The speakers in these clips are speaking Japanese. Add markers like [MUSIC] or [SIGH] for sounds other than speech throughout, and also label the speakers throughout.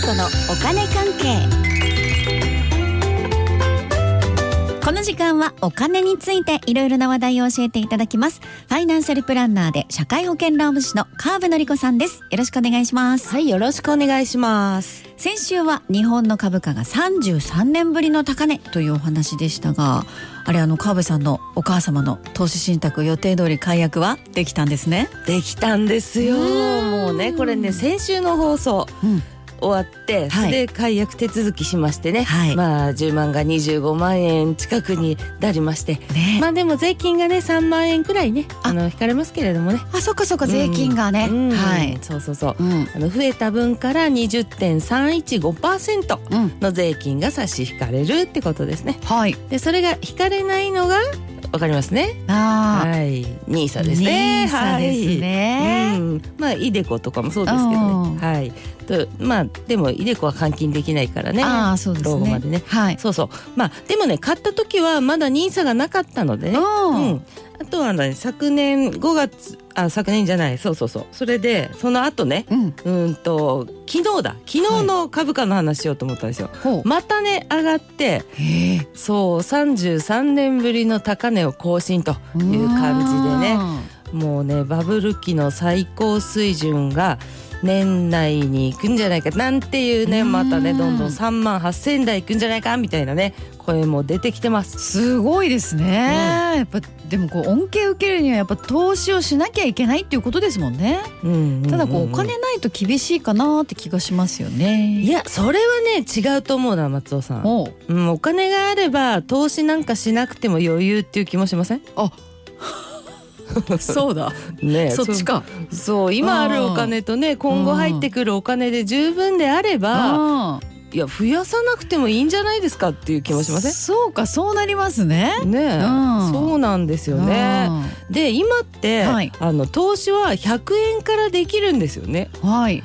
Speaker 1: トのお金関係この時間はお金についていろいろな話題を教えていただきますファイナンシャルプランナーで社会保険労務士の川部典子さんですよろしくお願いします
Speaker 2: はい、よろしくお願いします。
Speaker 1: 先週は日本の株価が33年ぶりの高値というお話でしたがあれあの川部さんのお母様の投資信託予定通り解約はできたんですね、
Speaker 2: できたんですよ。
Speaker 1: うん
Speaker 2: もうね、これね、先週の放送
Speaker 1: うん、
Speaker 2: 終わって、
Speaker 1: はい
Speaker 2: それで解約手続きしましてね、
Speaker 1: はい
Speaker 2: まあ10万が25万円近くになりまして、
Speaker 1: ね
Speaker 2: まあでも税金がね、3万円くらいね、
Speaker 1: あ
Speaker 2: あの、引かれますけれどもね。
Speaker 1: あそっかそっか税金がね、
Speaker 2: うん
Speaker 1: はい、
Speaker 2: そうそうそう。
Speaker 1: うん
Speaker 2: あの増えた分から20.315%
Speaker 1: うん
Speaker 2: の税金が差し引かれるってことですね。
Speaker 1: はい
Speaker 2: で、それが引かれないのが、わかりますね。
Speaker 1: ああ
Speaker 2: はい、ニーサですね。
Speaker 1: ニーサです
Speaker 2: はい。う
Speaker 1: ね、
Speaker 2: ん、まあイデコとかもそうですけど
Speaker 1: うん
Speaker 2: ね。はい。とまあでもイデコは換金できないからね。
Speaker 1: ああそうですね
Speaker 2: 老後までね
Speaker 1: はい
Speaker 2: そうそう。まあでもね買った時はまだニーサがなかったのでね。
Speaker 1: う
Speaker 2: うんん。あとはね昨年5月あ昨年じゃないそうそうそうそれでその後ね
Speaker 1: うん
Speaker 2: うーんと昨日だ昨日の株価の話しようと思ったんですよ。
Speaker 1: ほう
Speaker 2: またね上がって
Speaker 1: へえ
Speaker 2: そう33年ぶりの高値を更新という感じでね。もうねバブル期の最高水準が年内に行くんじゃないかなんていうね
Speaker 1: うん
Speaker 2: またねどんどん3万8,000台行くんじゃないかみたいなね声も出てきてます。
Speaker 1: すごいですね、
Speaker 2: ね
Speaker 1: やっぱでもこう恩恵受けるにはやっぱ投資をしなきゃいけないっていうことですもんねた
Speaker 2: た
Speaker 1: だこうお金ないと厳しいかなって気がしますよ
Speaker 2: い
Speaker 1: ね。
Speaker 2: やそれはね違うと思うな松尾さん、
Speaker 1: おう
Speaker 2: うん、お金があれば投資なんかしなくても余裕っていう気もしません [LAUGHS]
Speaker 1: あそうだ
Speaker 2: ねえ
Speaker 1: そっちか。
Speaker 2: そうそう今あるお金とね今後入ってくるお金で十分であれば
Speaker 1: ああ
Speaker 2: いや増やさなくてもいいんじゃないですかっていう気もしません
Speaker 1: そうかそうなりますね。
Speaker 2: ねえ、
Speaker 1: うん
Speaker 2: そうなんですよね。で今って、
Speaker 1: はい
Speaker 2: あの投資は100円からできるんですよね。
Speaker 1: うん。はい。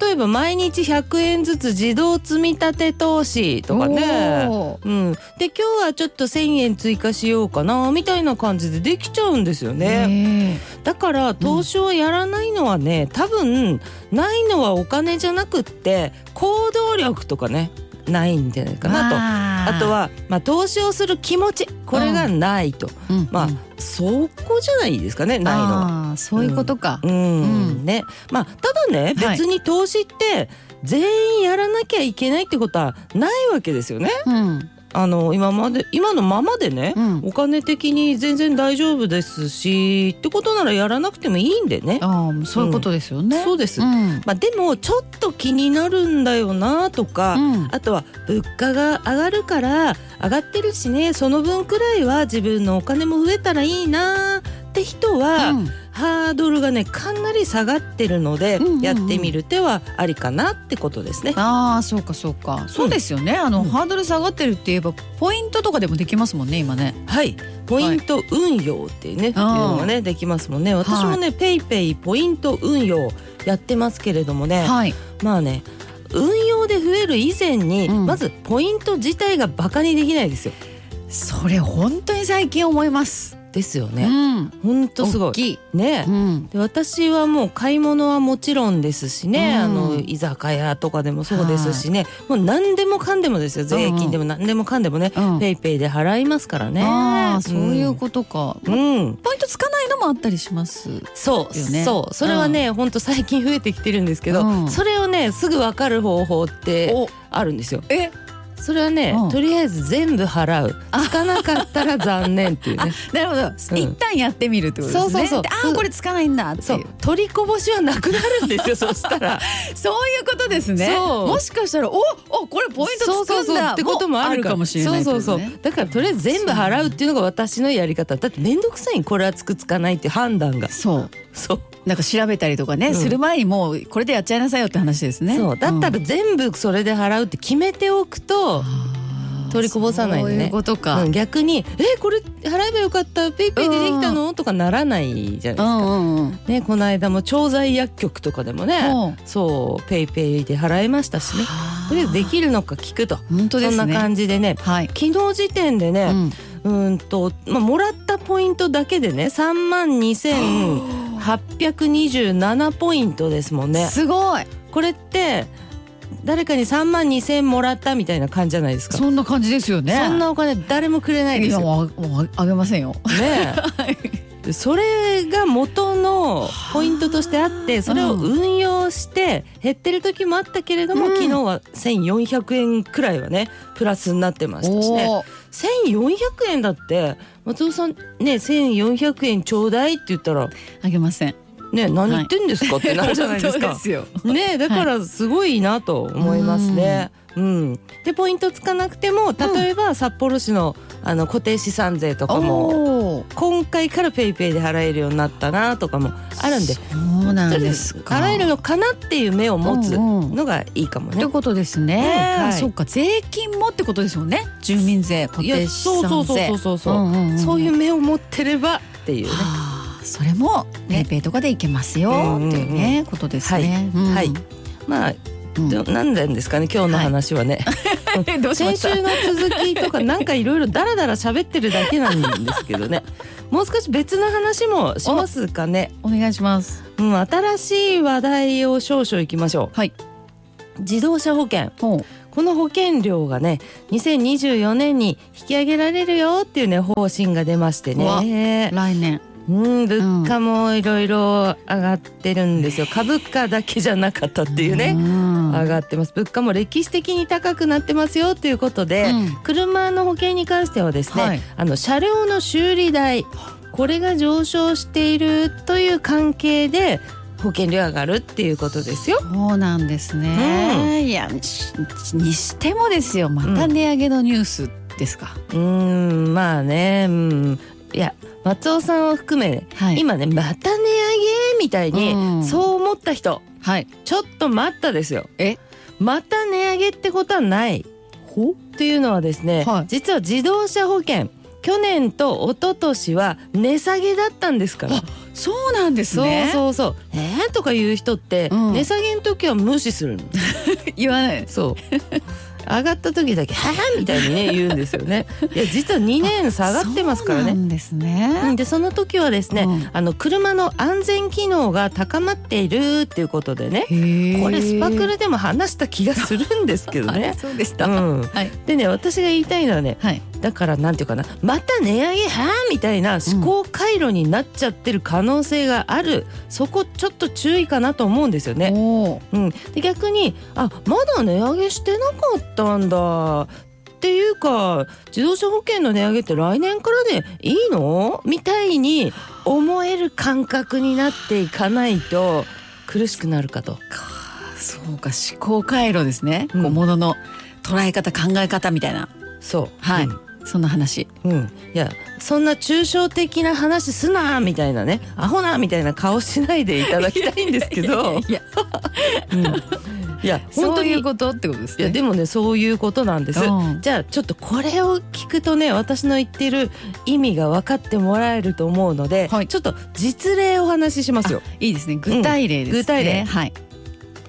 Speaker 2: 例えば毎日100円ずつ自動積み立て投資とかね。
Speaker 1: おー
Speaker 2: うん、で今日はちょっと1,000円追加しようかなみたいな感じでできちゃうんですよね。
Speaker 1: ね
Speaker 2: だから投資をやらないのはね、多分ないのはお金じゃなくって行動力とかねないんじゃない
Speaker 1: え
Speaker 2: かなと。
Speaker 1: まあ
Speaker 2: あと、は、まあ、投資をする気持ちこれがないと、
Speaker 1: うん
Speaker 2: まあ
Speaker 1: うん
Speaker 2: そこじゃないですかねないのは。
Speaker 1: あーそういうことか
Speaker 2: う。ん、
Speaker 1: うん
Speaker 2: ねまあただね
Speaker 1: はい
Speaker 2: 別に投資って全員やらなきゃいけないってことはないわけですよね。
Speaker 1: うん。
Speaker 2: あの今まで今のままでね、
Speaker 1: うん
Speaker 2: お金的に全然大丈夫ですしってことならやらなくてもいいんでね。
Speaker 1: ああそういうことですよね。
Speaker 2: そううです、
Speaker 1: ん。
Speaker 2: まあ、でもちょっと気になるんだよなとか、
Speaker 1: うん
Speaker 2: あとは物価が上がるから上がってるしねその分くらいは自分のお金も増えたらいいなって人は、
Speaker 1: うん
Speaker 2: ハードルがねかなり下がってるので、
Speaker 1: うんうんうん
Speaker 2: やってみる手はありかなってことですね。
Speaker 1: ああそうかそうかそうですよね、あの、
Speaker 2: うん
Speaker 1: ハードル下がってるって言えばポイントとかでもできますもんね今ね
Speaker 2: はいポイント運用っていうね、いうのがねできますもんね私もね、ペイペイポイント運用やってますけれどもね、
Speaker 1: はい
Speaker 2: まあね運用で増える以前に、
Speaker 1: うん
Speaker 2: まずポイント自体がバカにできないですよ。
Speaker 1: それ本当に最近思います。
Speaker 2: ですよ
Speaker 1: う
Speaker 2: ね。
Speaker 1: ん。
Speaker 2: ほんとすご
Speaker 1: 大
Speaker 2: い。
Speaker 1: きい。
Speaker 2: ね
Speaker 1: うん。
Speaker 2: で私はもう買い物はもちろんですしね、
Speaker 1: うん
Speaker 2: あの居酒屋とかでもそうですしね、もう何でもかんでもですよ
Speaker 1: ん
Speaker 2: 税金でも何でもかんでもね、
Speaker 1: うん
Speaker 2: ペイペイで払いますからね
Speaker 1: ああ、そういうことか。
Speaker 2: とうん
Speaker 1: ポイントつかないのもあったりします。
Speaker 2: そう、
Speaker 1: よね
Speaker 2: そうそれはね、ほんと最近増えてきてるんですけど、
Speaker 1: うん
Speaker 2: それをねすぐ分かる方法って、あるんですよ
Speaker 1: え、
Speaker 2: それはね、
Speaker 1: うん
Speaker 2: とりあえず全部払うつかなかったら残念っていう
Speaker 1: [LAUGHS]
Speaker 2: ね
Speaker 1: なるほど。
Speaker 2: うん
Speaker 1: 一旦やってみるってことですね。
Speaker 2: そうそうそう
Speaker 1: でああ、これつかないんだって
Speaker 2: そ
Speaker 1: いう
Speaker 2: う。取りこぼしはなくなるんです
Speaker 1: [LAUGHS]
Speaker 2: よそしたら
Speaker 1: そういうことですね。
Speaker 2: そう
Speaker 1: もしかしたら、お、お、これポイントつくんだ
Speaker 2: そうそうそうってこともある
Speaker 1: かもしれないってこ
Speaker 2: そ
Speaker 1: と
Speaker 2: う
Speaker 1: ね。
Speaker 2: そうそうだからとりあえず全部払うっていうのが私のやり方だって面倒くさいこれはつくつかないっていう判断が
Speaker 1: そう。
Speaker 2: そう,、
Speaker 1: なんか調べたりとかね、
Speaker 2: うん
Speaker 1: する前にもうこれでやっちゃいなさいよって話ですね。
Speaker 2: そうだった
Speaker 1: ら、
Speaker 2: ら全部それで払うって決めておくと、
Speaker 1: あー
Speaker 2: 取りこぼさない
Speaker 1: そ
Speaker 2: でね
Speaker 1: ういうことか。
Speaker 2: う
Speaker 1: うんん
Speaker 2: 逆に「えこれ払えばよかったペイペイでできたの?」とかならないじゃ
Speaker 1: う
Speaker 2: ないですか。
Speaker 1: んうん。
Speaker 2: ね、この間も調剤薬局とかでもね
Speaker 1: もう
Speaker 2: そうペイペイで払いましたしねとりあえずできるのか聞くと
Speaker 1: 本当ですね
Speaker 2: そんな感じでね
Speaker 1: はい、
Speaker 2: 昨日時点でね、
Speaker 1: うん
Speaker 2: うーんと、まあ、もらったポイントだけでね3万2827ポイントですもんね。
Speaker 1: すごい
Speaker 2: これって誰かに3万2,000円もらったみたいな感じじゃないですかそ,、
Speaker 1: そんな感じですよね
Speaker 2: んなお金誰もくれないです
Speaker 1: や
Speaker 2: よ。
Speaker 1: もうもうあげませんよ
Speaker 2: ねえでそれが元のポイントとしてあってそれを運用して減ってる時もあったけれども、
Speaker 1: うん
Speaker 2: 昨日は1,400円くらいはねプラスになってましたしね。
Speaker 1: おー
Speaker 2: 1400円だって松尾さんね1400円ちょうだいって言ったら
Speaker 1: あげませ [LAUGHS] ん
Speaker 2: ね何言ってんですかってなるじゃないです
Speaker 1: [LAUGHS] 本当
Speaker 2: か。
Speaker 1: すよ
Speaker 2: ねだからすごいなと思いますね。うん、でポイントつかなくても例えば札幌市のあの固定資産税とかも
Speaker 1: おー
Speaker 2: 今回からペイペイで払えるようになったなとかもあるんで
Speaker 1: そうなんですか
Speaker 2: 払えるのかなっていう目を持つ
Speaker 1: うんうん
Speaker 2: のがいいかも
Speaker 1: とい
Speaker 2: ね
Speaker 1: う。ことですね、
Speaker 2: はい
Speaker 1: そっか税金もってことですよね住民税固
Speaker 2: いや
Speaker 1: 定資
Speaker 2: そう
Speaker 1: 産
Speaker 2: そうそう
Speaker 1: 税
Speaker 2: そうそうそう,、
Speaker 1: んんん
Speaker 2: そういう目を持ってればっていうね。
Speaker 1: はあそれもペイペイとかでいけますよ、
Speaker 2: うんうんうん
Speaker 1: っていうねことですね、うん
Speaker 2: はいまあ
Speaker 1: うん
Speaker 2: でも何なんですかね今日の話はね、
Speaker 1: どうしま
Speaker 2: [LAUGHS] 先
Speaker 1: した
Speaker 2: 週の続きとかなんかいろいろダラダラ喋ってるだけなんですけ
Speaker 1: [LAUGHS]
Speaker 2: どねもう少し別の話もしますかね、
Speaker 1: お願いします
Speaker 2: うん、新しい話題を少々いきましょ
Speaker 1: はい、
Speaker 2: う自動車保険
Speaker 1: ほう
Speaker 2: この保険料がね2024年に引き上げられるよっていうね方針が出まして
Speaker 1: うわ
Speaker 2: ね
Speaker 1: 来年
Speaker 2: うん物価もいろいろ上がってるんですよ株価だけじゃなかったっていうね
Speaker 1: ん
Speaker 2: 上がってます物価も歴史的に高くなってますよということで、
Speaker 1: うん
Speaker 2: 車の保険に関してはですね、
Speaker 1: はい
Speaker 2: あの車両の修理代これが上昇しているという関係で保険料上がるっていうことですよ。
Speaker 1: そうなんですね、いやしにしてもですよまた値上げのニュースですか、
Speaker 2: うーんまあねうんいや松尾さんを含め、
Speaker 1: はい
Speaker 2: 今ねまた値上げみたいに、
Speaker 1: うん
Speaker 2: そう思った人
Speaker 1: はい
Speaker 2: ちょっと待ったですよ。
Speaker 1: え
Speaker 2: また値上げってことはない。というのはですね、
Speaker 1: はい
Speaker 2: 実は自動車保険去年と一昨年は値下げだったんですから。
Speaker 1: あそうなんです
Speaker 2: そう
Speaker 1: ね
Speaker 2: そうそう、えーとか言う人って、
Speaker 1: うん
Speaker 2: 値下げの時は無視するの。
Speaker 1: 言わない
Speaker 2: そう。 [LAUGHS] 上がった時だけ、ははみたいにね、言うんですよ
Speaker 1: [LAUGHS]
Speaker 2: ね。いや、実は2年下がってますから
Speaker 1: そう
Speaker 2: ね。
Speaker 1: なんですね、
Speaker 2: うんで、その時はですね、
Speaker 1: うん
Speaker 2: あの車の安全機能が高まっているっていうことでね。
Speaker 1: こ。
Speaker 2: これスパクルでも話した気がするんですけどね
Speaker 1: [LAUGHS] そうでし
Speaker 2: う
Speaker 1: た、
Speaker 2: ん、
Speaker 1: はい
Speaker 2: でね私が言いたいのはね
Speaker 1: はい
Speaker 2: だからなんていうかなまた値上げはあみたいな思考回路になっちゃってる可能性がある、そこちょっと注意かなと思うんですよね。
Speaker 1: おー
Speaker 2: うん、で逆にあまだ値上げしてなかったんだっていうか自動車保険の値上げって来年からでいいのみたいに思える感覚になっていかないと苦しくなるかと。
Speaker 1: そうか思考回路ですね、
Speaker 2: うん
Speaker 1: こうものの捉え方考え方みたいな
Speaker 2: そう、
Speaker 1: はい、
Speaker 2: うん
Speaker 1: そんな話
Speaker 2: うん、いやそんな抽象的な話すなみたいなねアホなみたいな顔しないでいただきたいんですけど
Speaker 1: いや
Speaker 2: うんいや本当
Speaker 1: そう
Speaker 2: に
Speaker 1: いうことってことです
Speaker 2: い
Speaker 1: ね
Speaker 2: やでもねそういうことなんです、
Speaker 1: うん
Speaker 2: じゃあちょっとこれを聞くとね私の言ってる意味が分かってもらえると思うので、
Speaker 1: はい
Speaker 2: ちょっと実例をお話ししますよ
Speaker 1: いいですね具体例ですね、
Speaker 2: 具体例
Speaker 1: はい、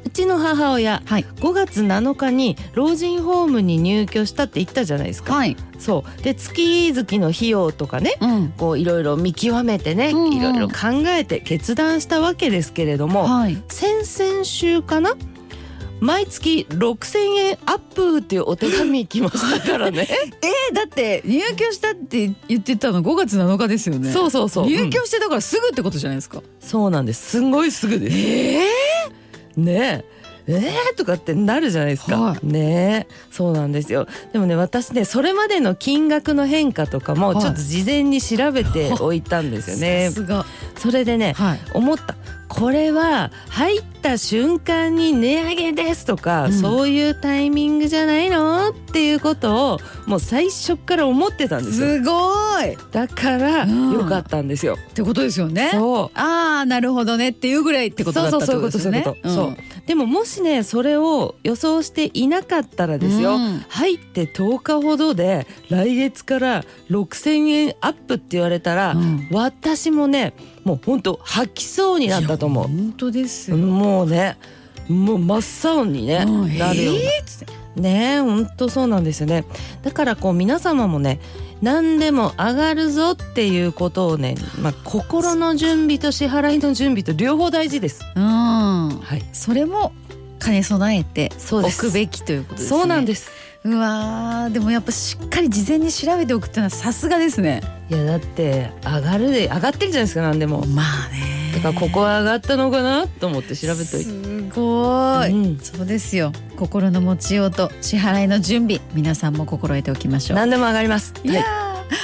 Speaker 2: うちの母親
Speaker 1: はい
Speaker 2: 5月7日に老人ホームに入居したって言ったじゃないですか、
Speaker 1: はい
Speaker 2: そうで月々の費用とかね
Speaker 1: うん
Speaker 2: こういろいろ見極めてね、
Speaker 1: うんうん
Speaker 2: いろいろ考えて決断したわけですけれども、
Speaker 1: はい
Speaker 2: 先々週かな毎月6,000円アップっていうお手紙来ましたから [LAUGHS] ね
Speaker 1: えー、だって入居したって言ってたの5月7日ですよね
Speaker 2: そうそうそう
Speaker 1: 入
Speaker 2: うん
Speaker 1: 居してだからすぐってことじゃないですか、
Speaker 2: そうなんですすんごいすぐです
Speaker 1: え
Speaker 2: ねええー、とかってなるじゃないですか、
Speaker 1: はい
Speaker 2: ねえそうなんですよでもね私ねそれまでの金額の変化とかも
Speaker 1: はい
Speaker 2: ちょっと事前に調べておいたんですよね、
Speaker 1: さすが
Speaker 2: それでね
Speaker 1: はい
Speaker 2: 思ったこれは入った瞬間に値上げですとか、
Speaker 1: うん
Speaker 2: そういうタイミングじゃないのっていうことをもう最初から思ってたんですよ
Speaker 1: すごいっ
Speaker 2: だから
Speaker 1: うん
Speaker 2: よかったんですよ、
Speaker 1: てことですよね
Speaker 2: そう
Speaker 1: ああなるほどねっていうぐらいってことだった
Speaker 2: そ
Speaker 1: っ
Speaker 2: う
Speaker 1: て
Speaker 2: そう
Speaker 1: こ
Speaker 2: そういう
Speaker 1: と
Speaker 2: こと
Speaker 1: です
Speaker 2: そう
Speaker 1: よ
Speaker 2: いう
Speaker 1: ね
Speaker 2: こと、そうでももしねそれを予想していなかったらですよ、
Speaker 1: うん
Speaker 2: 入って10日ほどで来月から6,000円アップって言われたら、
Speaker 1: うん
Speaker 2: 私もねもう本当吐きそうになったと思う
Speaker 1: 本当ですよ、
Speaker 2: もうねもう真っ青に、ね、
Speaker 1: うん
Speaker 2: なるよう
Speaker 1: え
Speaker 2: な
Speaker 1: ーっつって
Speaker 2: ねえほんとそうなんですよねだからこう皆様もね何でも上がるぞっていうことをね、まあ、心の準備と支払いの準備と両方大事です
Speaker 1: うん
Speaker 2: はい
Speaker 1: それも金備えて
Speaker 2: そう
Speaker 1: お
Speaker 2: です
Speaker 1: くべきということですね
Speaker 2: そうなん
Speaker 1: す
Speaker 2: です
Speaker 1: うわーでもやっぱしっかり事前に調べておくっていうのはさすがですね
Speaker 2: いやだって上がるで上がってるじゃないですか何でも
Speaker 1: まあね
Speaker 2: だからここは上がったのかなと思って調べといて
Speaker 1: すごい、
Speaker 2: うん
Speaker 1: そうですよ心の持ちようと支払いの準備皆さんも心得ておきましょう
Speaker 2: 何でも上がります
Speaker 1: いや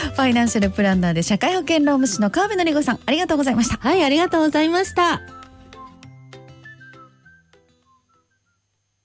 Speaker 1: ーファイナンシャルプランナーで社会保険労務士の川辺典子さんありがとうございました
Speaker 2: はいありがとうございました